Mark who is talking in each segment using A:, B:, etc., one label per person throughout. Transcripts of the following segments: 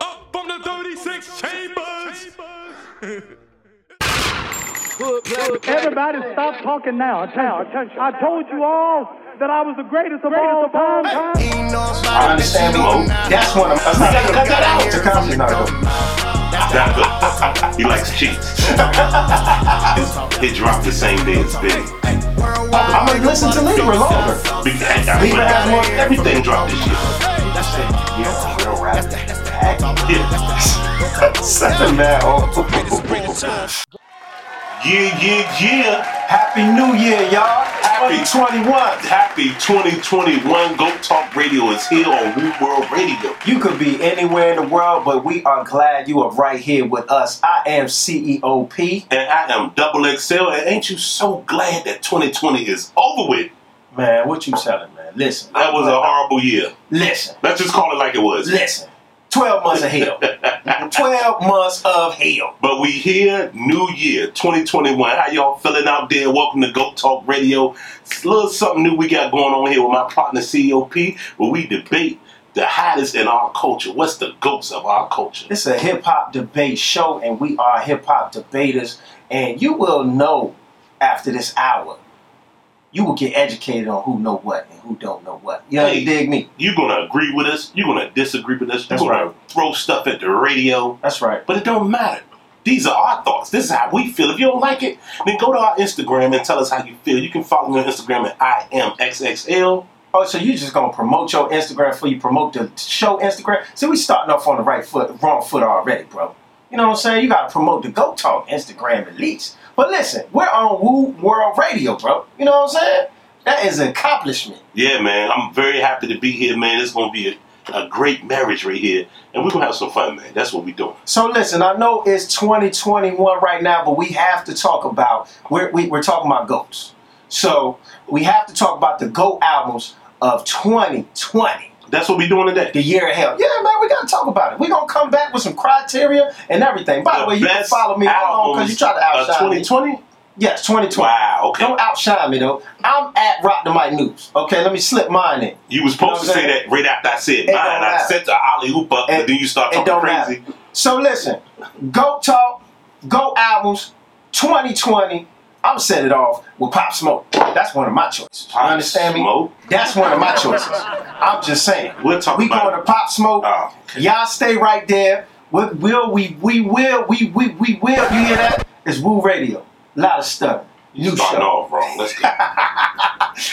A: the 36 chambers.
B: Everybody stop talking now. Attention. I told you all that I was the greatest of all time.
C: I understand low. That's one of That's not gonna cut that out. It's a confidence article.
D: he likes cheats. it dropped the same day as Biggie.
C: I'm gonna listen to Libra longer.
D: Big- I mean,
C: Leave it out
D: like,
C: there.
D: everything dropped this year.
C: That's it. Yeah, it's a real rap.
D: Yeah.
C: Something that
D: yeah, yeah, yeah.
C: Happy New Year, y'all.
D: Happy-
C: Happy 21.
D: Happy 2021. Go Talk Radio is here on New World Radio.
C: You could be anywhere in the world, but we are glad you are right here with us. I am E CEOP.
D: And I am double XL. And ain't you so glad that 2020 is over with?
C: Man, what you selling, man? Listen.
D: That was a horrible year.
C: Listen.
D: Let's just call it like it was.
C: Listen. 12 months of hell. 12 months of hell.
D: But we here, new year, 2021. How y'all feeling out there? Welcome to Go Talk Radio. It's a little something new we got going on here with my partner COP, where we debate the hottest in our culture. What's the goats of our culture?
C: This is a hip hop debate show, and we are hip hop debaters. And you will know after this hour, you will get educated on who know what and who don't know what. You
D: Hey.
C: dig me?
D: You're gonna agree with us, you're gonna disagree with us,
C: That's
D: you're gonna
C: right.
D: throw stuff at the radio.
C: That's right.
D: But it don't matter. These are our thoughts. This is how we feel. If you don't like it, then go to our Instagram and tell us how you feel. You can follow me on Instagram at I am XXL.
C: Oh, so you just gonna promote your Instagram before you promote the show Instagram? See, we starting off on the right foot, wrong foot already, bro. You know what I'm saying? You gotta promote the Go Talk Instagram at least. But listen, we're on Woo World Radio, bro. You know what I'm saying? That is an accomplishment.
D: Yeah, man. I'm very happy to be here, man. It's gonna be a, a great marriage right here, and we're gonna have some fun, man. That's what we doing.
C: So listen, I know it's 2021 right now, but we have to talk about we're we, we're talking about goats. So we have to talk about the goat albums of 2020.
D: That's what we doing today.
C: The year of hell. Yeah, man, we gotta talk about it. we gonna come back with some criteria and everything. By the, way, you can
D: best
C: follow me hold on
D: albums
C: because you try to
D: of
C: outshine me.
D: 2020.
C: Yes, 2020.
D: Wow. Okay.
C: Don't outshine me though. I'm at Rock the Mic News. Okay, let me slip mine in.
D: You was supposed
C: You
D: to
C: know what
D: say
C: I'm
D: that right after I said
C: don't
D: mine. I
C: matter.
D: set the alley hoop up,
C: It-
D: but then you start
C: It
D: talking
C: don't
D: crazy.
C: matter. So listen, Go Talk, Go Albums, 2020. I'm set it off with Pop Smoke. That's one of my choices.
D: Pop
C: you understand
D: Smoke?
C: me? That's one of my choices. I'm just saying.
D: We'll talk
C: we
D: about
C: going
D: it.
C: to Pop Smoke.
D: Oh, okay.
C: Y'all stay right there. We will. We we will. We we we will. You hear that? It's Woo Radio. A lot of stuff. New
D: Starting
C: show.
D: off wrong. Let's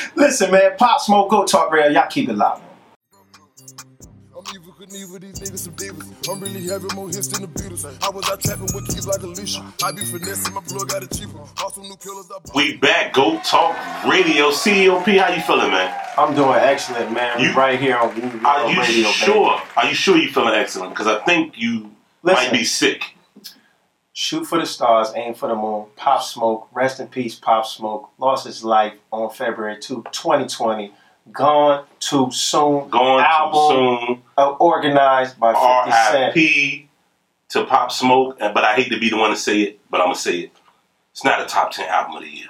D: go.
C: Listen, man. Pop Smoke. Go Talk Radio. Y'all keep it loud, man.
E: I'm evil, couldn't evil, these niggas some divas. I'm really having more hits than the Beatles. I was out trapping with keys like Alicia. I be finessing, my plug got a cheaper. Also, new killers, I bought.
D: We back. Go talk radio. COP. How you feeling, man?
C: I'm doing excellent, man.
D: You-
C: right here on Woo
D: Are you
C: Radio.
D: sure? Are you sure you feeling excellent? Because I think you might
C: Listen.
D: be sick.
C: Shoot for the stars, aim for the moon. Pop Smoke, rest in peace, Pop Smoke. Lost his life on February 2, 2020. Gone too soon.
D: Going
C: Album
D: too soon.
C: uh, organized by 50 Cent.
D: R.I.P. to Pop Smoke, and- but I hate to be the one to say it, but I'm gonna say it. It's not a top ten album of the year.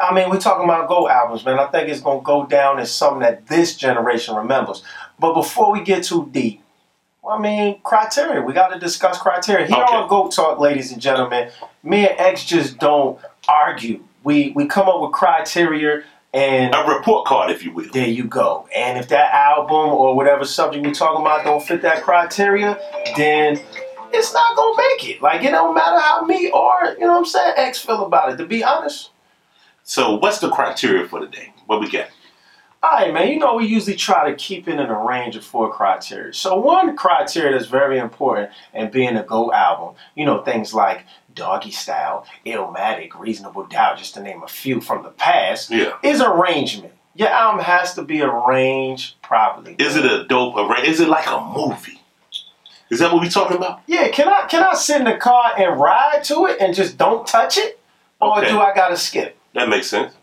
C: I mean, we're talking about go albums, man. I think it's going to go down as something that this generation remembers. But before we get too deep, well, I mean, criteria. We got to discuss criteria. Here
D: Okay.
C: on Go Talk, ladies and gentlemen, me and X just don't argue. We, we come up with criteria and
D: A report card, if you will.
C: There you go. And if that album or whatever subject we're talking about don't fit that criteria, then it's not gonna make it. Like it don't matter how me or you know what I'm saying X feel about it. To be honest,
D: So, what's the criteria for today? What we got?
C: all right, man. You know we usually try to keep it in a range of four criteria. So one criteria that's very important and being a go album, you know things like Doggy Style, Illmatic, Reasonable Doubt, just to name a few from the past,
D: Yeah.
C: is arrangement. Your album has to be arranged properly.
D: Is it a dope? arra- Is it like a movie? Is that what we talking about?
C: Yeah, can I can I sit in the car and ride to it and just don't touch it, or
D: Okay.
C: do I gotta skip?
D: That makes sense.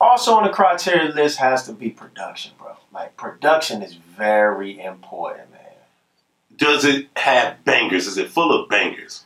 C: Also on the criteria list has to be production, bro. Like production is very important, man.
D: Does it have bangers? Is it full of bangers?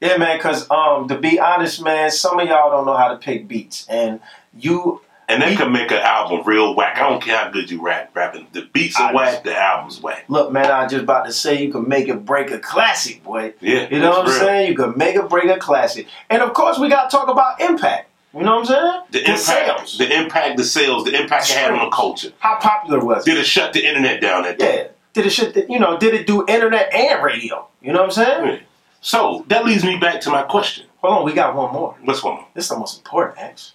C: Yeah, man. Cause um, to be honest, man, some of y'all don't know how to pick beats, and you
D: And that could make an album real whack. I don't care how good you rap, rapping. The beats are
C: I
D: whack,
C: just-
D: the album's whack.
C: Look, man, I was just about to say you can make it break a classic, boy.
D: Yeah,
C: You know
D: that's
C: what I'm
D: real.
C: saying? You can make it break a classic. And of course, we got to talk about impact. You know what I'm saying?
D: The impact,
C: sales.
D: the impact, the sales, the impact it had on the culture.
C: How popular was it?
D: Did it shut the internet down that day?
C: Yeah. Did it shit, you know, did it do internet and radio? You know what I'm saying?
D: So that leads me back to my question.
C: Hold on, we got one more.
D: What's one? more?
C: This is the most important, X.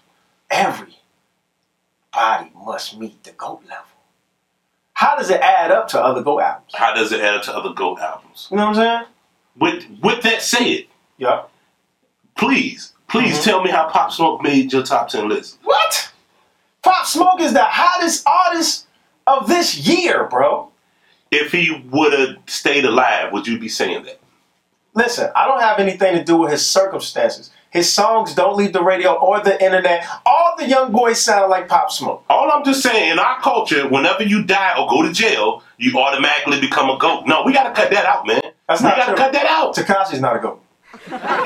C: Every body must meet the GOAT level. How does it add up to other GOAT albums?
D: How does it add up to other GOAT albums?
C: You know what I'm saying?
D: With with that said,
C: Yeah.
D: please, please
C: Mm-hmm.
D: tell me how Pop Smoke made your top ten list.
C: What? Pop Smoke is the hottest artist of this year, bro.
D: If he would have stayed alive, would you be saying that?
C: Listen, I don't have anything to do with his circumstances. His songs don't leave the radio or the internet. All the young boys sound like Pop Smoke.
D: All I'm just saying, in our culture, whenever you die or go to jail, you automatically become a goat. No, we gotta cut that out, man.
C: That's
D: we
C: not
D: gotta
C: true.
D: cut that out.
C: Takashi's not a GOAT.
D: He, he's not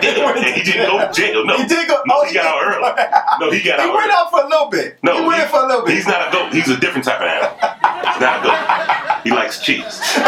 D: dead. And he didn't go to jail. No,
C: He did go-
D: No,
C: oh,
D: he
C: he
D: got out
C: did-
D: early. No, he got
C: He
D: out
C: went
D: early.
C: out for a little bit.
D: No,
C: he went in for a little bit.
D: He's not a goat. He's a different type of animal. He's not a goat. He likes cheese.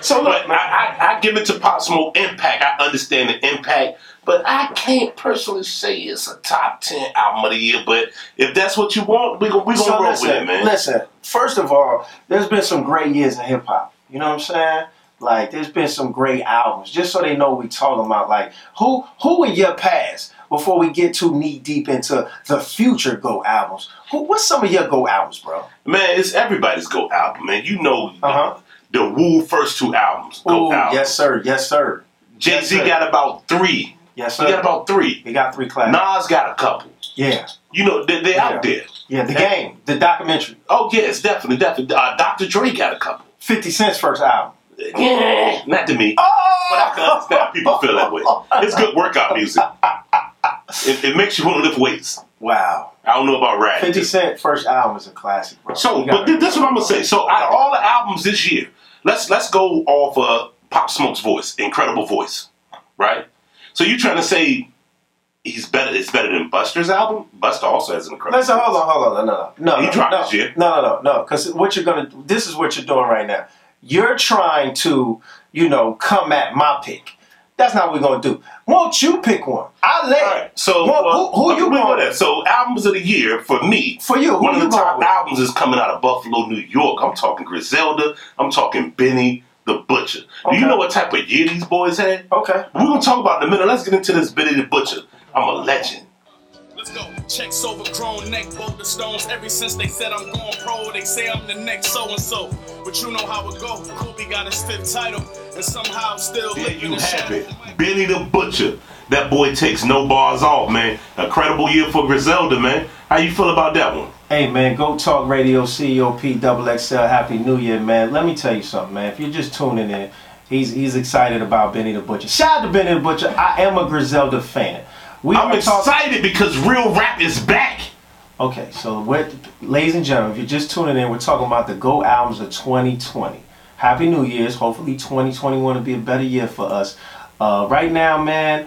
C: so look,
D: But
C: man.
D: I, I, I give it to Pop Smoke Impact. I understand the impact, but I can't personally say it's a top ten album of the year. But if that's what you want, we gon' we gonna roll
C: listen,
D: with it, man.
C: Listen, first of all, there's been some great years in hip hop. You know what I'm saying? Like, there's been some great albums. Just so they know what we talking about. Like, who who in your past before we get too knee deep into the future Go albums? Who, what's some of your Go albums, bro?
D: Man, it's everybody's GOAT album, man. You know
C: Uh-huh.
D: the Woo first two albums, GOAT
C: Ooh,
D: albums.
C: yes sir, yes sir,
D: Jay Z
C: yes, sir. Uh-huh.
D: got about three.
C: yes
D: He got
C: sir.
D: about three.
C: They got three classics.
D: Nas got a couple.
C: Yeah,
D: You know they, they're out
C: Yeah.
D: there.
C: yeah. The game, the documentary,
D: Oh yes, definitely, definitely. Uh, Dr. Dre got a couple.
C: Fifty Cent's first album.
D: Yeah, not to me. But I can
C: Oh,
D: understand people feel that way. It's good workout music. It, it makes you want to lift weights.
C: wow.
D: I don't know about rap.
C: Fifty Cent first album is a classic, bro.
D: So,
C: You gotta-
D: but th- that's what I'm gonna say. So, out of all the albums this year, let's let's go off of Pop Smoke's voice, incredible voice, right? So you trying to say he's better? It's better than Buster's album. Buster also has an incredible.
C: Listen,
D: voice.
C: hold on, hold on, no, no, no, no.
D: He
C: no,
D: dropped
C: no,
D: this year.
C: No, no, no, no. Because what you're gonna, this is what you're doing right now. You're trying to, you know, come at my pick. That's not what we're gonna do. Won't you pick one? I let.
D: All right. So, uh,
C: Wha-
D: well,
C: who, who
D: okay,
C: you
D: we know
C: going
D: that. So, albums of the year for me.
C: For you, who
D: one of
C: you
D: the
C: going
D: top
C: with?
D: albums is coming out of Buffalo, New York. I'm talking Griselda. I'm talking Benny the Butcher. Do
C: Okay. Oh.
D: you know what type of year these boys had?
C: Okay.
D: We're gonna talk about it in a minute. Let's get into this Benny the Butcher. I'm a legend.
F: Let's go. Checks overgrown, neck boulder stones. Ever since they said I'm going pro, they say I'm the next so and so. But you know how it go. Kobe got his fifth title, and somehow still
D: There
F: living
D: you
F: in
D: have
F: shadow.
D: it. Benny the Butcher. That boy takes no bars off, man. Incredible year for Griselda, man. How you feel about that one?
C: Hey man, Go Talk Radio COP Double XL. Happy New Year, man. Let me tell you something, man. If you're just tuning in, he's he's excited about Benny the Butcher. Shout out to Benny the Butcher. I am a Griselda fan. We
D: I'm
C: are talking-
D: excited because real rap is back.
C: Okay, so we're, ladies and gentlemen, if you're just tuning in, we're talking about the Go albums of 2020. Happy New Year's. Hopefully, 2021 will be a better year for us. Uh, right now, man,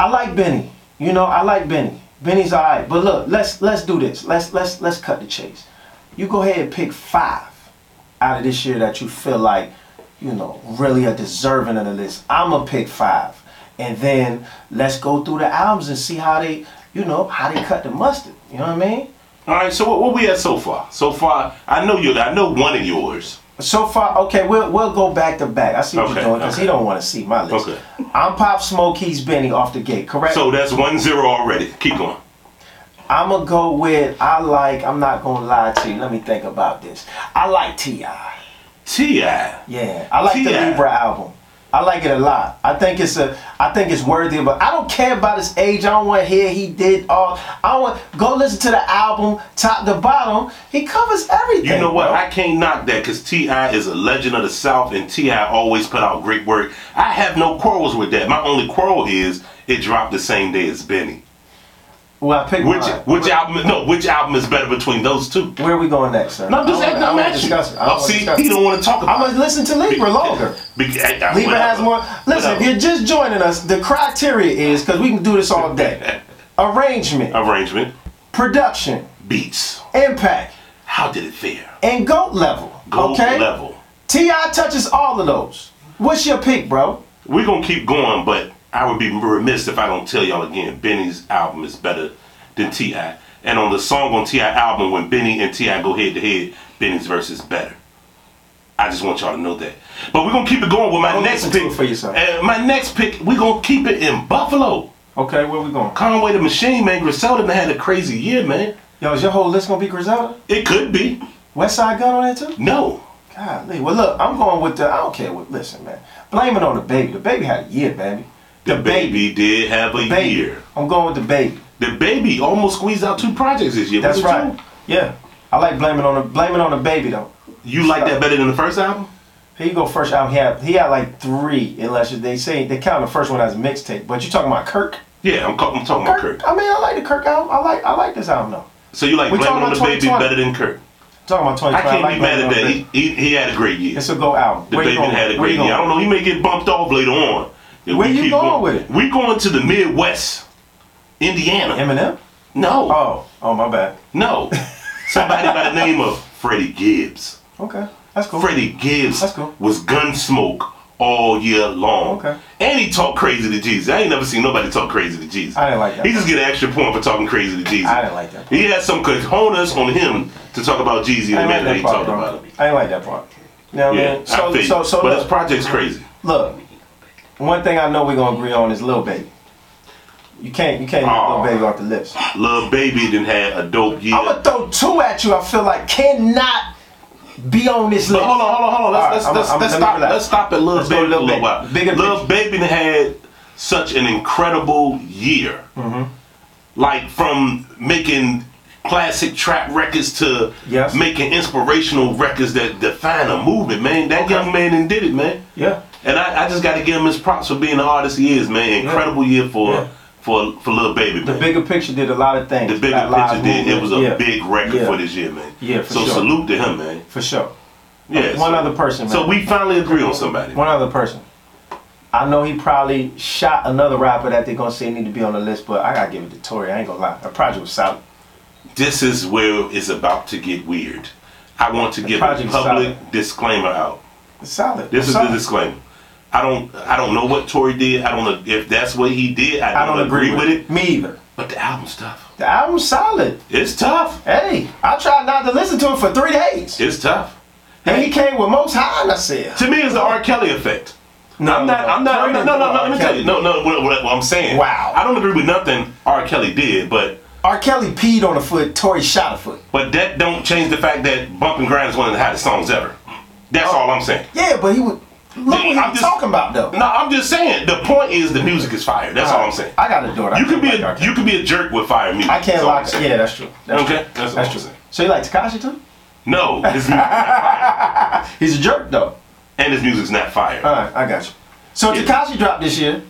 C: I like Benny. You know, I like Benny. Benny's alright. But look, let's let's do this. Let's let's let's cut the chase. You go ahead and pick five out of this year that you feel like, you know, really are deserving of the list. I'ma pick five. And then let's go through the albums and see how they, you know, how they cut the mustard. You know what I mean?
D: All right, so what, what we at so far? So far, I know you. I know one of yours.
C: So far, okay, we'll we'll go back to back. I see what
D: Okay,
C: you're doing because he
D: okay.
C: don't want to see my list.
D: Okay.
C: I'm Pop Smoke, he's Benny off the gate, correct?
D: So that's one zero already. Keep going.
C: I'm gonna go with I like. I'm not gonna lie to you. Let me think about this. I like Ti.
D: Ti.
C: Yeah, I like the
D: T.I..
C: Libra album. I like it a lot. I think it's a. I think it's worthy of. A, I don't care about his age. I don't want to hear he did all. I want go listen to the album top to bottom. He covers everything.
D: You know what?
C: bro.
D: I can't knock that because Ti is a legend of the South, and Ti always put out great work. I have no quarrels with that. My only quarrel is it dropped the same day as Benny.
C: well, I picked
D: Which
C: mine.
D: which album? No, which album is better between those two?
C: Where are we going next, sir?
D: No, I'm just
C: I
D: acting.
C: don't- I
D: I'm
C: don't
D: asking.
C: discuss it. I don't
D: Oh, see,
C: discuss
D: he
C: it.
D: don't want to talk
C: I'm
D: about.
C: gonna
D: it.
C: listen to Libra longer.
D: Be- I- I-
C: Libra
D: whatever.
C: has more. Listen,
D: Whatever.
C: if you're just joining us, the criteria is because we can do this all day. arrangement,
D: Arrangement,
C: production,
D: beats.
C: impact,
D: How did it fare?
C: and goat level.
D: Gold
C: okay?
D: level.
C: T.I. touches all of those. What's your pick, bro?
D: We're gonna keep going, but I would be remiss if I don't tell y'all again. Benny's album is better than Ti, and on the song on Ti album, when Benny and Ti go head to head, Benny's verse is better. I just want y'all to know that. But we're gonna keep it going with my
C: Go
D: next
C: listen to
D: pick.
C: it for yourself.
D: Uh, my next pick, we're gonna keep it in Buffalo.
C: Okay, where we going?
D: Conway the Machine Man, Griselda man had a crazy year, man.
C: Yo, is your whole list gonna be Griselda?
D: It could be.
C: West Side Gun on that too?
D: No.
C: Golly. Well, look, I'm going with the. I don't care what. Listen, man. Blame it on the baby. The baby had a year, baby.
D: The, baby, did have a
C: Baby.
D: year.
C: I'm going with the baby.
D: The baby almost squeezed out two projects this year.
C: That's
D: What you
C: right. Yeah. I like blaming on the blaming on the baby though.
D: You like that better than the first album?
C: Here you go first album. He had he had like three, unless you- they say they count the first one as a mixtape. But you talking about Kirk?
D: Yeah, I'm, ca- I'm talking about Kirk.
C: I mean, I like the Kirk album. I like I like this album though.
D: So you like
C: We
D: Blame
C: talking
D: It on the
C: about
D: Baby
C: 2020.
D: better than Kirk?
C: talking about 2020.
D: I can't
C: like
D: be mad
C: Blame It
D: at
C: on the
D: that.
C: Baby.
D: He, he, he had a great year.
C: It's a go album.
D: The
C: Where you
D: Baby
C: going?
D: had a
C: Where
D: great
C: you
D: year. I
C: going?
D: don't know. He may get bumped off later on. If
C: Where
D: we
C: you
D: keep
C: going with it?
D: We going to the Midwest, Indiana.
C: Eminem?
D: no,
C: Oh, oh my bad.
D: no. Somebody by the name of Freddie Gibbs.
C: Okay, that's cool.
D: Freddie Gibbs
C: That's cool.
D: was gunsmoke all year long.
C: Okay.
D: And he talked crazy to Jesus. I ain't never seen nobody talk crazy to Jesus.
C: I didn't like that.
D: He just get an extra point for talking crazy to Jesus.
C: I didn't like that part.
D: He had some cojones on him to talk about Jeezy in
C: I
D: the manner
C: ain't
D: that he
C: like that
D: talked
C: part, bro.
D: about him.
C: I ain't like that part. You know what I
D: Yeah,
C: mean? So,
D: I feel
C: so,
D: you.
C: so
D: but his
C: look,
D: project's crazy.
C: look, one thing I know we're gonna agree on is Lil Baby. You can't, you can't
D: Aw.
C: leave Lil Baby off the list.
D: Lil Baby didn't have a dope year.
C: I'm gonna throw two at you. I feel like cannot be on this list.
D: But hold on, hold on, hold on. Let's,
C: All right,
D: let's,
C: I'm-
D: let's, let's
C: I'm- let me
D: stop.
C: relax.
D: Let's stop at Lil
C: Let's go
D: Baby
C: to Lil
D: for a little
C: Baby.
D: while.
C: Bigger
D: Lil Baby had such an incredible year,
C: Mm-hmm.
D: like from making classic trap records to
C: Yes.
D: making inspirational records that define a movement. Man, that
C: Okay.
D: young man done did it, man.
C: Yeah.
D: And I, I just got to give him his props for being the artist he is, man. Incredible year for
C: Yeah.
D: for for Lil Baby,
C: The
D: man.
C: bigger picture did a lot of things.
D: The bigger
C: Black Lives
D: picture did. It
C: Movement.
D: was a
C: Yeah.
D: big record
C: Yeah.
D: for this year, man.
C: Yeah, for
D: so
C: sure.
D: salute to him, man.
C: for sure.
D: Yeah.
C: One
D: so-
C: other person, man.
D: So we finally agree on somebody.
C: One other person. I know he probably shot another rapper that they're gonna say need to be on the list, but I gotta give it to Tory. I ain't gonna lie. The project was solid.
D: This is where it's about to get weird. I want to give a
C: project is
D: public
C: solid.
D: disclaimer out.
C: It's solid.
D: This
C: It's
D: is
C: solid.
D: the disclaimer. I don't I don't know what Tory did. I don't know if that's what he did. I
C: I
D: don't, agree, with it.
C: Me either.
D: But the album's tough.
C: The album's solid.
D: It's tough.
C: Hey, I tried not to listen to it for three days.
D: It's tough.
C: And he came with most high and I said.
D: To me, it's the R. Kelly effect.
C: No,
D: I'm not. I'm not. I'm not no, no, no. Let me tell you. No, no. What, what, what I'm saying.
C: Wow.
D: I don't agree with nothing R. Kelly did, but
C: R. Kelly peed on a foot, Tory shot a foot.
D: but that don't change the fact that Bump and Grind is one of the hottest songs ever. That's
C: Oh.
D: all I'm saying.
C: Yeah, but he would look what he
D: I'm
C: was
D: just-
C: talking about though.
D: No, I'm just saying. The point is, the music is fire. That's all I'm saying.
C: Uh-huh. I got a daughter.
D: You
C: can
D: could be a, you could be a jerk with fire music.
C: I can't
D: That's all I'm
C: lock it.
D: saying.
C: Yeah, that's true. That's
D: Okay,
C: true.
D: that's all I'm
C: that's true.
D: saying.
C: So you like Takashi too?
D: No, his mu-
C: He's a jerk though.
D: and his music's not fire.
C: All right, I got you. So
D: Yeah.
C: Takashi dropped this year.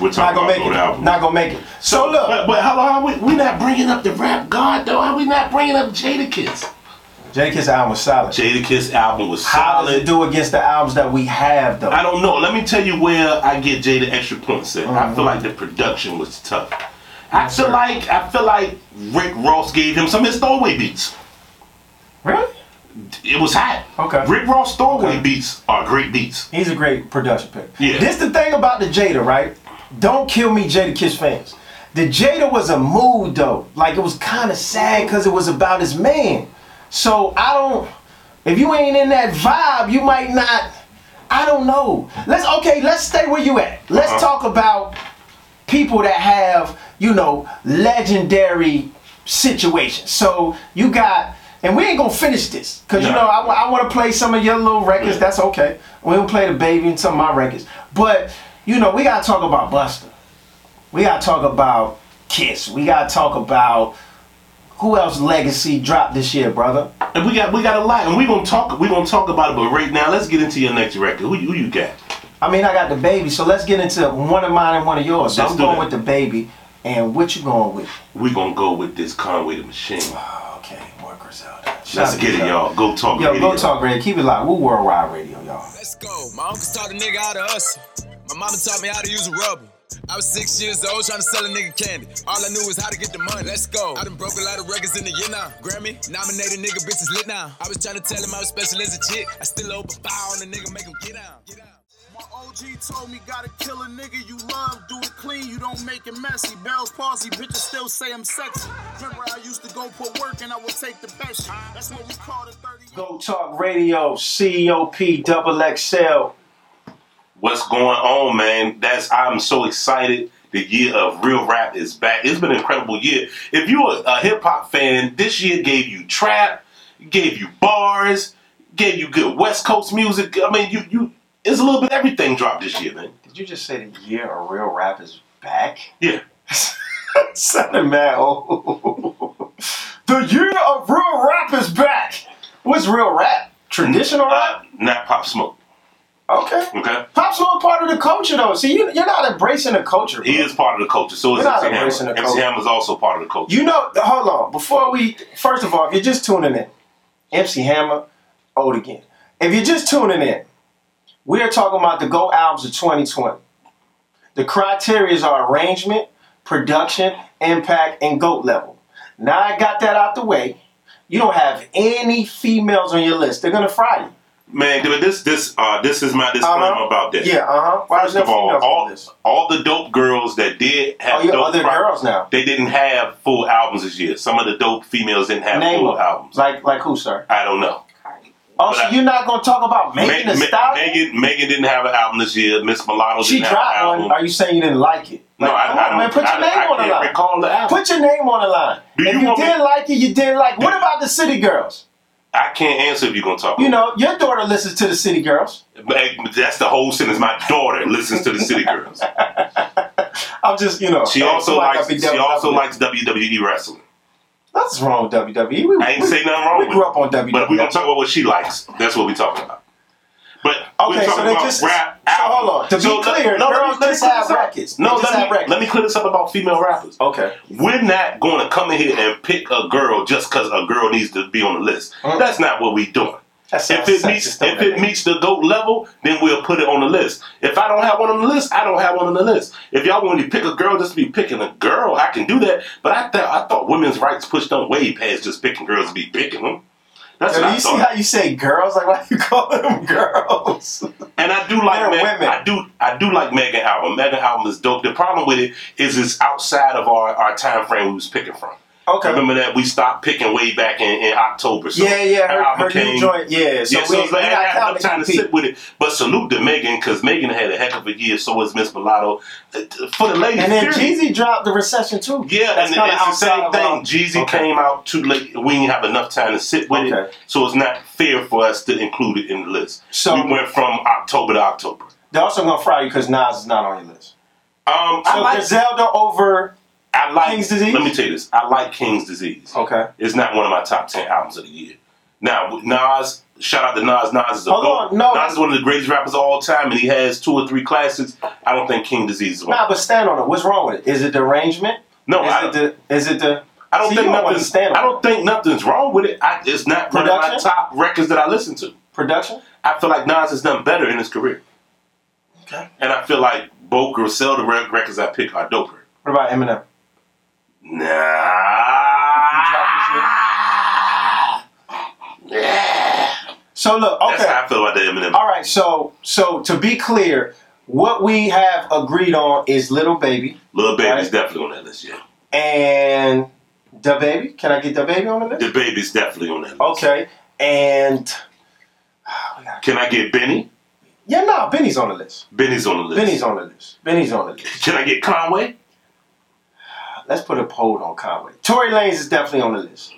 D: We're
C: Not
D: talking about
C: gonna make
D: gold
C: it.
D: album.
C: Not gonna make it. So look,
D: but, but how long we we not bringing up the rap god though? How we not bringing up Jadakiss?
C: Jadakiss album was solid.
D: Jadakiss album was
C: How does
D: solid.
C: it do against the albums that we have though?
D: I don't know. Let me tell you where I get Jada extra points at. I
C: Mm-hmm.
D: feel like the production was tough. I feel like I feel like Rick Ross gave him some of his throwaway beats.
C: Really?
D: It was hot.
C: Okay.
D: Rick Ross throwaway
C: Okay.
D: beats are great beats.
C: He's a great production pick.
D: Yeah.
C: This the thing about the Jada, right? Don't kill me, Jada Kiss fans. The Jada was a mood though. Like it was kind of sad because it was about his man. So I don't. If you ain't in that vibe, you might not. I don't know. Let's okay. Let's stay where you at. Let's talk about people that have you know legendary situations. So you got. And we ain't gonna finish this, cause you
D: No.
C: know I, wa- I want to play some of your little records.
D: Yeah.
C: That's okay. We don't play the baby and some of my records, but you know we gotta talk about Buster. We gotta talk about Kiss. We gotta talk about who else legacy dropped this year, brother.
D: And we got we got a lot, and we gonna talk we gonna talk about it. But right now, let's get into your next record. Who, you- who you got?
C: I mean, I got the baby, so let's get into one of mine and one of yours. So
D: Let's
C: I'm
D: do
C: going
D: that.
C: with the baby, and what you going with?
D: We gonna go with this Conway the Machine.
C: Okay, more Griselda. Shout
D: Let's
C: out
D: get it,
C: Griselda.
D: y'all. Go talk.
C: Yo,
D: radio.
C: go talk radio. Keep it live. We're worldwide radio, y'all.
G: Let's go. My uncle taught a nigga how to hustle. My mama taught me how to use a rubber. I was six years old trying to sell a nigga candy. All I knew was how to get the money. Let's go. I done broke a lot of records in the year now. Grammy, nominated nigga, bitch is lit now. I was trying to tell him I was special as a chick. I still owe a five on a nigga, make him get out. Get out.
H: My OG told me gotta kill a nigga you love, do it clean, you don't make it messy. Bell's palsy, bitches still say I'm sexy. Remember I used to go put work and I would take the best. shit. That's what we call the 30.
C: Go Talk Radio, COP Double XL.
D: What's going on, man? That's I'm so excited. The year of real rap is back. It's been an incredible year. If you're a, hip hop fan, this year gave you trap, gave you bars, gave you good West Coast music. I mean, you you it's a little bit everything dropped this year, man.
C: Did you just say the year of real rap is back?
D: Yeah.
C: Sounded mad. old. the year of real rap is back. What's real rap? Traditional
D: Uh,
C: rap?
D: not Pop Smoke.
C: Okay.
D: Okay.
C: Pop Smoke part of the culture though. See, you, you're not embracing the culture. bro.
D: He is part of the culture. So is
C: We're not
D: MC
C: embracing
D: Hammer.
C: the
D: MC
C: culture.
D: Hammer's also part of the culture.
C: You know, hold on. Before we, first of all, if you're just tuning in, MC Hammer, old again. If you're just tuning in, we are talking about the Go albums of 2020. The criteria are arrangement, production, impact, and GOAT level. Now I got that out the way. You don't have any females on your list. They're gonna fry you.
D: Man, dude, this this uh this is my disclaimer
C: Uh-huh.
D: about that.
C: Yeah, uh huh. Why is
D: First
C: there
D: of all,
C: females on
D: all,
C: this?
D: all the dope girls that did have
C: Oh, you
D: dope
C: other
D: pro-
C: girls now.
D: they didn't have full albums this year. Some of the dope females didn't have
C: Name
D: full
C: them.
D: albums.
C: Like, like who, sir?
D: I don't know.
C: Oh,
D: But
C: so
D: I-
C: you're not gonna talk about Megan
D: Ma-
C: Thee
D: Ma-
C: Stallion?
D: Megan, Megan didn't have an album this year. Miss Mulatto
C: She
D: didn't have an
C: dropped
D: album.
C: one. Are you saying you didn't like it?
D: No,
C: Like,
D: I-
C: come
D: I
C: on,
D: don't-
C: man. Put
D: I-
C: your name
D: I
C: on the
D: can't
C: line.
D: recall the album.
C: Put your name on the line.
D: Do
C: if
D: you
C: you
D: want me-
C: didn't like it, you didn't like. it. What about the City Girls?
D: I can't answer if you're gonna talk.
C: You know, your daughter listens to the City Girls.
D: But, hey, but that's the whole sentence. My daughter listens to the City Girls.
C: I'm just, you know.
D: She
C: hey,
D: also
C: somebody
D: likes.
C: gotta
D: She
C: be devil's
D: also
C: advocate.
D: likes WWE wrestling.
C: Nothing's wrong with WWE. We,
D: I ain't
C: we-
D: say nothing wrong
C: We
D: with
C: grew
D: it.
C: up on E. WWE.
D: But we're gonna talk about what she likes. That's what we're talking about. But
C: Okay,
D: we're
C: so
D: talking
C: they
D: about
C: just-
D: rap.
C: so
D: albums.
C: hold on. To be
D: let-
C: clear,
D: let me-
C: girls
D: let me
C: just
D: clear
C: have
D: this up.
C: records. They
D: No,
C: just
D: let
C: have
D: me
C: records.
D: let me clear this up about female rappers.
C: Okay.
D: We're not going to come in here and pick a girl just because a girl needs to be on the list.
C: Mm.
D: That's not what we're doing.
C: That
D: If
C: sounds
D: it
C: sexist,
D: meets
C: don't
D: if it
C: that?
D: meets the goat level, then we'll put it on the list. If I don't have one on the list, I don't have one on the list. If y'all want me to pick a girl just to be picking a girl, I can do that. But I thought I thought women's rights pushed them way past just picking girls to be picking them. That's
C: Yo,
D: what I
C: you see
D: thought.
C: how you say girls? Like, why you call them girls?
D: And I do like
C: They're
D: Meg,
C: women.
D: I do I do like Megan album. Megan album is dope. The problem with it is it's outside of our, our time frame we was picking from.
C: Okay.
D: Remember that we stopped picking way back in, in October. So
C: yeah, yeah.
D: her album
C: Her, her new
D: came-
C: joint. Yeah. So
D: yeah,
C: we,
D: so it's
C: we
D: like, I had
C: not
D: enough
C: counting
D: time to
C: EP.
D: sit with it. But salute to Megan because Megan had a heck of a year. So was Miss Mulatto. Uh, For the ladies,
C: And then
D: period.
C: Jeezy dropped the recession too.
D: Yeah,
C: That's
D: and
C: kinda
D: it's the same
C: outside of
D: thing.
C: our-
D: Jeezy
C: Okay.
D: came out too late. We didn't have enough time to sit with
C: Okay.
D: it, so it's not fair for us to include it in the list.
C: So-
D: we went from October to October.
C: They're also gonna fry you because Nas is not on your list.
D: Um,
C: So
D: I like
C: Griselda over.
D: I like
C: King's Disease?
D: Let me tell you this. I like King's Disease.
C: Okay.
D: It's not one of my top ten albums of the year. Now with Nas, shout out to Nas. Nas is a
C: Hold
D: goat.
C: on, no.
D: Nas is one of the greatest rappers of all time, and he has two or three classics. I don't think King Disease is one.
C: Nah, but stand on it. What's wrong with it? Is it the arrangement?
D: No,
C: Is
D: I
C: it the? Is it the?
D: I don't
C: See,
D: think
C: you don't
D: nothing's.
C: understand
D: I don't think nothing's wrong with it. I, it's not one of my
C: Production?
D: top records that I listen to.
C: production.
D: I feel like Nas has done better in his career,
C: Okay.
D: and I feel like both Griselda rec- records I pick are doper.
C: What about Eminem?
D: Nah. Ah.
C: So look, okay.
D: That's how I feel about the Eminem.
C: All right. So so to be clear, what we have agreed on is Little Baby
D: Little Baby's
C: Right.
D: definitely on that list, yeah.
C: and the baby. Can I get the baby on the list?
D: The Baby's definitely on that list.
C: Okay. And
D: Can I get Benny?
C: yeah, nah, Benny's on the list.
D: Benny's on the list.
C: Benny's on the list. Benny's on the list.
D: Can I get Conway?
C: Let's put a poll on Conway. Tory Lanez is definitely on the list.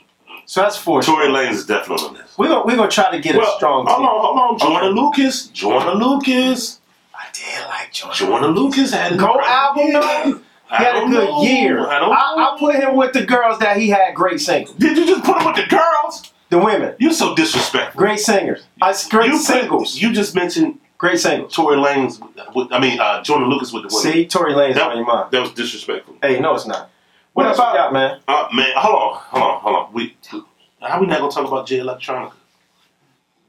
C: So that's four.
D: Tory Lanez is definitely on the list.
C: We're gonna we're gonna try to get a strong
D: hold
C: team.
D: on, hold on. Joanna Lucas. Joanna Lucas.
C: I did like Joy.
D: Joanna Lucas had a
C: Go album though. He had a good year.
D: I
C: I,
D: don't
C: I, put him with the girls that he had great singers.
D: Did you just put him with the girls?
C: The women.
D: You're so disrespectful.
C: Great singers. I, great
D: you put-
C: singles.
D: you just mentioned
C: great singles.
D: Tory Lanez. With, I mean, uh, Joanna Lucas with the women.
C: See, Tory Lanez
D: that,
C: on your mind.
D: that was disrespectful.
C: Hey, no, it's not. What,
D: What
C: else
D: about-
C: you got, man?
D: Uh, man, hold on, hold on, hold on. We, we- how we not gonna talk about Jay Electronica?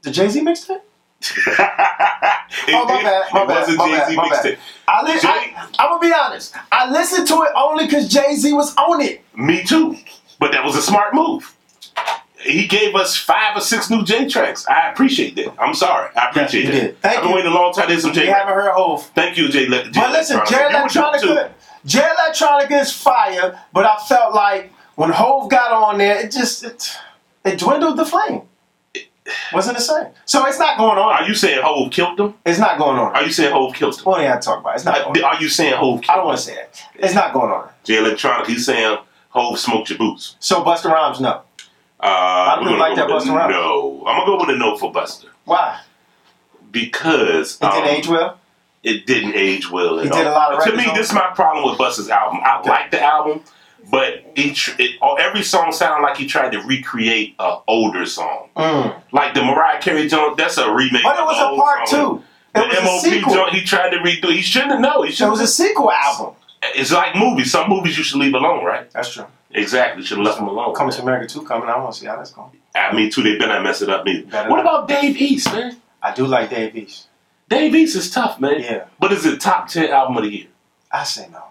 C: The Jay Z mixtape? Oh, my bad. My
D: it
C: bad.
D: wasn't
C: my
D: Jay Z
C: bad, my bad.
D: mixtape.
C: I, li-
D: Jay-
C: I I'm gonna be honest. I listened to it only because Jay Z was on it.
D: Me too. But that was a smart move. He gave us five or six new J tracks. I appreciate that. I'm sorry. I appreciate
C: you
D: that.
C: did. Thank
D: I've been
C: you.
D: waiting a long time to hear some J.
C: You haven't heard Hov.
D: Thank you, J. Le- J.
C: But listen, Jay
D: You were dope,
C: Electronica,
D: too.
C: Jay Electronica is fire. But I felt like when Hove got on there, it just it, it dwindled the flame. Wasn't the same. So it's not going on.
D: Are you saying Hove killed him?
C: It's not going on.
D: Are you saying Hove killed him?
C: What do you have to talk about? It's not.
D: Uh,
C: Going on.
D: Are you saying Hove
C: I
D: killed
C: don't
D: him?
C: want to say that. It's not going on.
D: J. Electronica, you saying Hove smoked your boots?
C: So Buster Rhymes, no.
D: Uh, we're
C: lot of people
D: gonna go
C: like that
D: with a
C: Busta Rhymes.
D: No. I'm going to go with a no for Buster.
C: Why?
D: Because.
C: It
D: um,
C: didn't age well.
D: it didn't age well at
C: He
D: all.
C: did a lot of
D: to
C: records
D: me,
C: on
D: this is my problem with Busta's album. I like the album, but each it, all- every song sounded like he tried to recreate an older song, like the Mariah Carey joint. That's a remake.
C: Mm. But it
D: of
C: was
D: an
C: a
D: old
C: part
D: song.
C: two. It
D: the
C: was a
D: MOP
C: sequel.
D: joint he tried to redo. He shouldn't have known. He
C: It
D: should
C: was a sequel album.
D: It's like movies. Some movies you should leave alone, right?
C: That's true.
D: Exactly. Should have left them alone.
C: Coming to America 2 coming. I want to see how that's going.
D: At me too. They better not mess it up. Neither.
C: Better
D: What
C: not.
D: about Dave East, man?
C: I do like Dave East.
D: Dave East is tough, man.
C: Yeah.
D: But is it top ten album of the year?
C: I say no.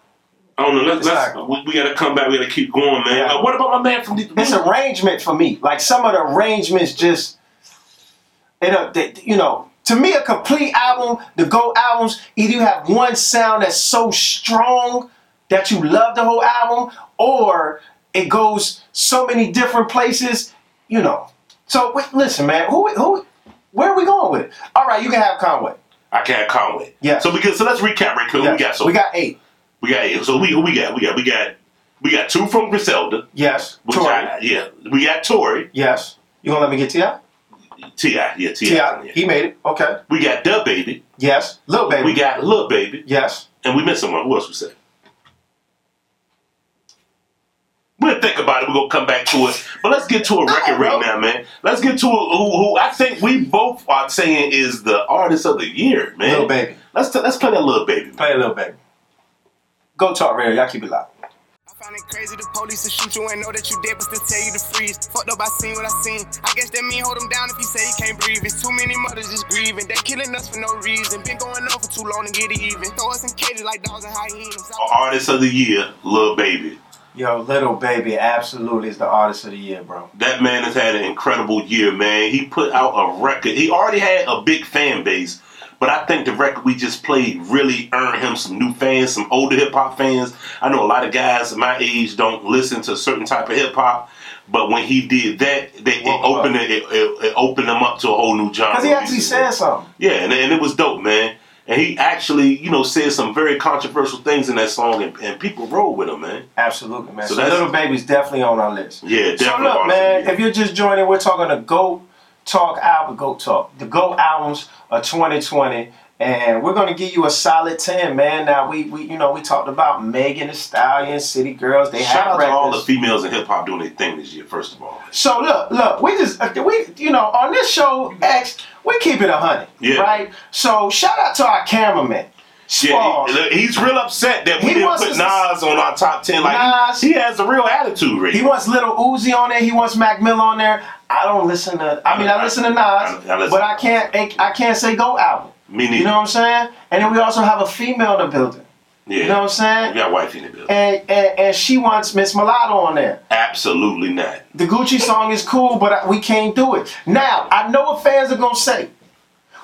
D: I don't know. Let's,
C: It's
D: let's
C: not-
D: we, we gotta come back. We gotta keep going, man.
C: Yeah.
D: Uh, what about my man from the?
C: It's arrangement for me. Like some of the arrangements just, you know, they, you know. To me, a complete album, the Go albums, either you have one sound that's so strong that you love the whole album, or it goes so many different places, you know. So wait, listen, man, who, who, where are we going with it? All right, you can have Conway.
D: I can't Conway.
C: Yeah.
D: So because so let's recap right quick.
C: Yes.
D: We got so
C: we got eight.
D: we got yeah, so we who we got we got we got we got two from Griselda.
C: Yes,
D: Which
C: Tory.
D: I, yeah, we got Tory.
C: Yes, you gonna let me get Ti?
D: Ti yeah Ti.
C: Ti,
D: Yeah.
C: he made it. Okay.
D: We got Dub Baby.
C: Yes, Lil Baby.
D: We got Lil Baby,
C: yes.
D: and we missed someone. Who else we said? We'll think about it. We're gonna come back to it. But let's get to a record right now, man. Let's get to a, who, who I think we both are saying is the artist of the year, man.
C: Lil Baby.
D: Let's t- let's play that little baby. man.
C: Play a little baby. Go talk radio. Y'all keep it locked.
I: I find it crazy the police to shoot you and know that you dead, but still tell you to freeze. Fucked up, I seen what I seen. I guess that mean hold him down if you say he can't breathe. It's too many mothers just grieving. They killing us for no reason. Been going on for too long to get it even. Throw us in cages like dogs and hyenas.
D: Artist of the year, Lil Baby.
C: Yo, little baby, absolutely is the artist of the year, bro.
D: That man has had an incredible year, man. He put out a record. He already had a big fan base, but I think the record we just played really earned him some new fans, some older hip hop fans. I know a lot of guys my age don't listen to certain type of hip hop, but when he did that, they, it
C: Woke up.
D: opened it, it, it opened them up to a whole new genre.
C: Cause he actually
D: music, man.
C: said something.
D: Yeah, and, and it was dope, man. And he actually, you know, said some very controversial things in that song, and, and people rolled with him, man.
C: Absolutely, man.
D: So
C: So,
D: that's-
C: little baby's definitely on our list.
D: Yeah, definitely
C: So
D: artist of
C: look,
D: the
C: man,
D: year.
C: if you're just joining, we're talking the Go Talk album, Go Talk, the Go albums of 2020, and we're gonna give you a solid 10, man. Now we, we you know, we talked about Megan Thee Stallion, City Girls. They
D: Shout
C: have
D: out to all the
C: records.
D: females in hip hop doing their thing this year. First of all,
C: So look, look, we just uh, we you know on this show X we keep it a hundred,
D: Yeah.
C: right? So shout out to our cameraman,
D: yeah,
C: Smalls.
D: he- look, he's real upset that we
C: He
D: didn't
C: wants
D: put Nas
C: us to-
D: on our top ten. Like
C: Nas-
D: he has a real attitude, right?
C: he wants little Uzi on there. He wants Mac Mill on there. I don't listen to. I mean, I, listen to Nas,
D: I- I listen-
C: but I can't. I can't say go album.
D: Me neither.
C: You know what I'm saying? And then we also have a female in the building.
D: yeah.
C: You know what
D: We
C: I'm saying?
D: got wife in the building.
C: And, and and she wants Miss Mulatto on there.
D: Absolutely not.
C: The Gucci song is cool, but I, we can't do it. Now, I know what fans are gonna say.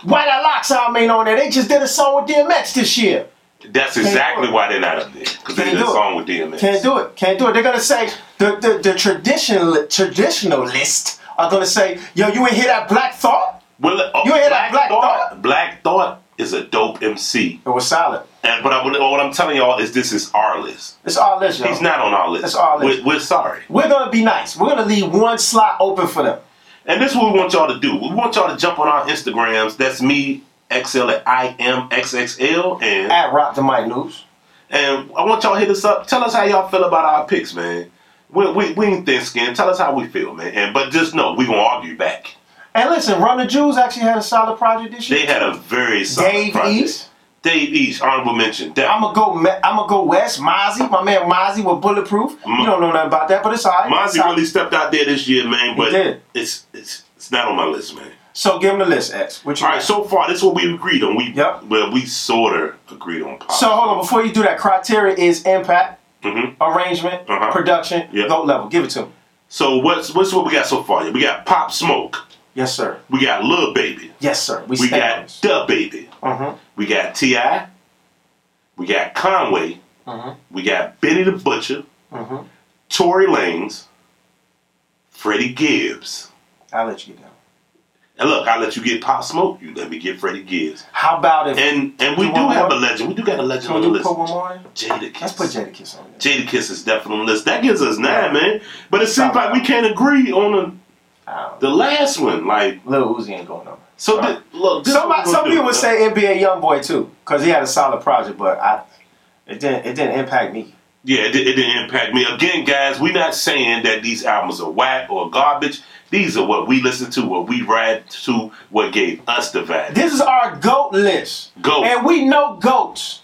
C: Why that locks album ain't on there? They just did a song with DMX this year.
D: That's exactly
C: do it.
D: why they're not up there because they
C: Can't
D: did a
C: do it.
D: song with DMX.
C: Can't do it. Can't do it. They're gonna say the the, the traditional traditionalist are gonna say, yo, you ain't hear that Black Thought?
D: Well, oh,
C: You hear that Black Thought?
D: Black Thought is a dope MC,
C: It was solid.
D: and but I, what I'm telling y'all is this is our list.
C: It's all this, yo.
D: He's not on our list.
C: That's our list.
D: We're, we're sorry.
C: We're gonna be nice. We're gonna leave one slot open for them.
D: And this is what we want y'all to do. We want y'all to jump on our Instagrams. That's me, XL at I am XXL. And,
C: At Rock the Mic News.
D: and I want y'all to hit us up. Tell us how y'all feel about our picks, man. We, we, we ain't thin skinned. Tell us how we feel, man. And But just know, we going to argue back.
C: And listen, Run the Jews actually had a solid project this year.
D: They had a very solid
C: Dave
D: project.
C: East.
D: Dave East, honorable mention.
C: I'm
D: Def-
C: gonna go. Me- I'm gonna go West. Mozzie, my man Mozzie with bulletproof.
D: Mm.
C: You don't know nothing about that, but it's all right. It's
D: Mozzie
C: all right.
D: really stepped out there this year, man. But
C: did.
D: it's it's it's not on my list, man.
C: So give him the list, X. What you
D: All right,
C: got?
D: so far this is what we agreed on. We
C: Yep.
D: well, we sort of agreed on. Pop.
C: So hold on, before you do that, criteria is impact,
D: Mhm.
C: arrangement,
D: Uh-huh.
C: production,
D: Yeah.
C: goat level. Give it to me.
D: So what's what's what we got so far? We got Pop Smoke.
C: Yes, sir.
D: We got Lil Baby.
C: Yes, sir. We,
D: We got
C: stand.
D: Da Baby.
C: Mhm.
D: We got Ti. We got Conway.
C: Uh-huh.
D: We got Benny the Butcher. Tory Lanez. Freddie Gibbs.
C: I'll let you get down.
D: And look, I let you get Pop Smoke. You let me get Freddie Gibbs.
C: How about if
D: And and we
C: You
D: do
C: want
D: have
C: more?
D: a legend. We do got a legend
C: Can we
D: on the
C: do
D: list.
C: put one more in?
D: Jada Kiss.
C: Let's put Jada Kiss on there.
D: Jada Kiss is definitely on the list. That gives us nine, man. But it seems like we can't agree on the
C: I don't
D: the
C: know.
D: last one. Like
C: Lil Uzi ain't going nowhere.
D: so, th- look. this is what
C: Somebody,
D: we're
C: some
D: gonna
C: people would
D: do.
C: say NBA YoungBoy too, because he had a solid project, but I, it didn't, it didn't impact me.
D: Yeah, it, di- it didn't impact me. Again, guys, we're not saying that these albums are whack or garbage. These are what we listen to, what we ride to, what gave us the value.
C: This is our goat list,
D: Goat.
C: and we know goats.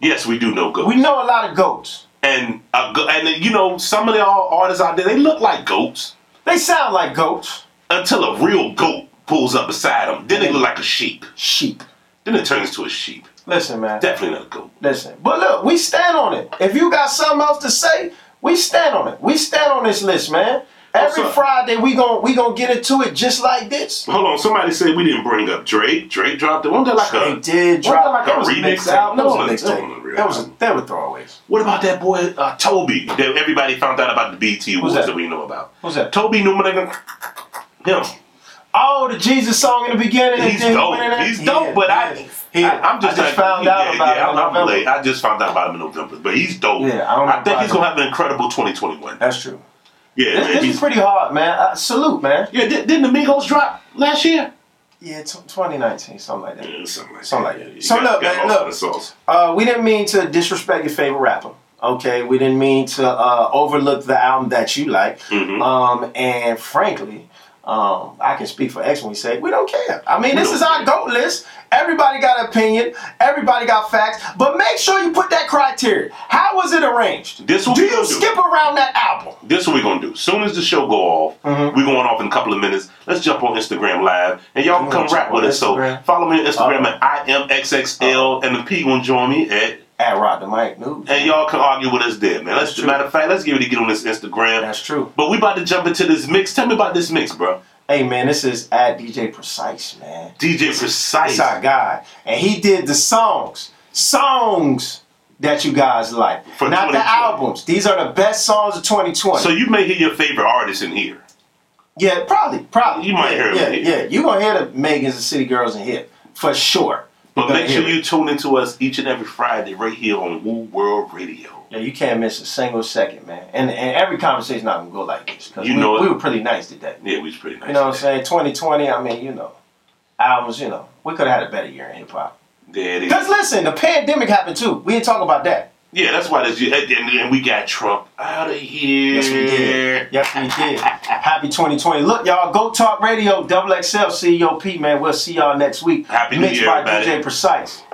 D: yes, we do know goats.
C: We know a lot of goats.
D: and a go- and then, you know some of the all artists out there, they look like goats
C: They sound like goats.
D: until a real goat pulls up beside them. Then they look like a sheep.
C: Sheep.
D: Then it turns to a sheep.
C: Listen, man.
D: Definitely not a goat.
C: Listen, but look, we stand on it. If you got something else to say, we stand on it. We stand on this list, man. Every
D: What's up?
C: Friday we gon' we gonna get into it just like this.
D: Hold on, somebody said we didn't bring up Drake. Drake dropped it. Wasn't that like a
C: They
D: wasn't
C: did
D: that
C: drop that was a
D: like a remix
C: mixed album. That
D: That
C: was a
D: wasn't a-
C: mixtape. That was they were throwaways.
D: What about that boy uh, Toby that everybody found out about the BT awards that?
C: that?
D: we know about?
C: Who's that?
D: Toby Newman. Him.
C: Oh, the Jesus song in the beginning. and
D: He's
C: then he
D: dope.
C: went in there.
D: He's dope,
C: Yeah,
D: but
C: yeah.
D: I,
C: He-
D: I, am just,
C: I
D: like,
C: found
D: yeah,
C: out about
D: yeah,
C: him.
D: I'm,
C: in
D: I'm
C: November.
D: late. I just found out about him in November, but he's dope.
C: Yeah, I don't know
D: think
C: about
D: he's
C: him.
D: gonna have an incredible 2021.
C: That's true.
D: yeah,
C: This,
D: man.
C: this
D: he's-
C: is pretty hard, man. Uh, salute, man.
D: yeah, di- didn't the Migos drop last year?
C: Yeah, t- 2019, something like that.
D: Yeah, something like
C: Something
D: that.
C: like that.
D: You
C: So
D: got-
C: look,
D: got
C: man,
D: lost
C: look.
D: in the sauce.
C: Uh, we didn't mean to disrespect your favorite rapper. Okay, we didn't mean to uh, overlook the album that you like.
D: Mm-hmm.
C: Um, and frankly, um, I can speak for X when we say we don't care. I mean, this
D: don't
C: is our
D: care.
C: goat list. Everybody got an opinion. Everybody got facts. But make sure you put that criteria. How was it arranged?
D: This what
C: do
D: we
C: you
D: gonna do.
C: skip around that album?
D: This is what we're gonna do. Soon as the show go off,
C: Mm-hmm.
D: we're going off in a couple of minutes. Let's jump on Instagram live and y'all can
C: You
D: come
C: wanna
D: rap
C: jump
D: with
C: on
D: us. So
C: Instagram?
D: follow me on Instagram at IMXXL and the P gonna join me at
C: At Rock the Mic News.
D: and y'all can argue with us there, man. Let's
C: true.
D: matter of fact, let's get ready to get on this Instagram.
C: That's true.
D: But we about to jump into this mix. Tell me about this mix, bro.
C: Hey man, this is at DJ Precise, man.
D: DJ Precise.
C: That's our guy. And he did the songs. Songs that you guys like.
D: For
C: Not the
D: 2020.
C: albums. These are the best songs of 2020.
D: So you may hear your favorite artist in here.
C: yeah, probably, probably.
D: You might
C: yeah,
D: hear him
C: Yeah,
D: in
C: yeah.
D: here.
C: You're going to hear the Megans and City Girls in here. For sure.
D: But
C: You're gonna
D: make sure
C: hear it.
D: you tune into us each and every Friday right here on Woo World Radio.
C: Yeah, you can't miss a single second, man. And, and every conversation's not going to go like this. Because
D: You
C: we,
D: know it.
C: we were pretty nice today.
D: Yeah, we was pretty nice.
C: You know what I'm
D: today.
C: saying? 2020, I mean, you know. Albums, you know. We could have had a better year in hip hop.
D: There it is.
C: Because listen, the pandemic happened too. We didn't talk about that.
D: Yeah, that's why this. And, and, and we got Trump out of here.
C: Yes, we did. Yes, we did. Happy 2020. Look, y'all, Go Talk Radio, Double XL, CEOP, E man. We'll see y'all next week.
D: Happy New
C: Mixed
D: Year,
C: by
D: everybody.
C: DJ Precise.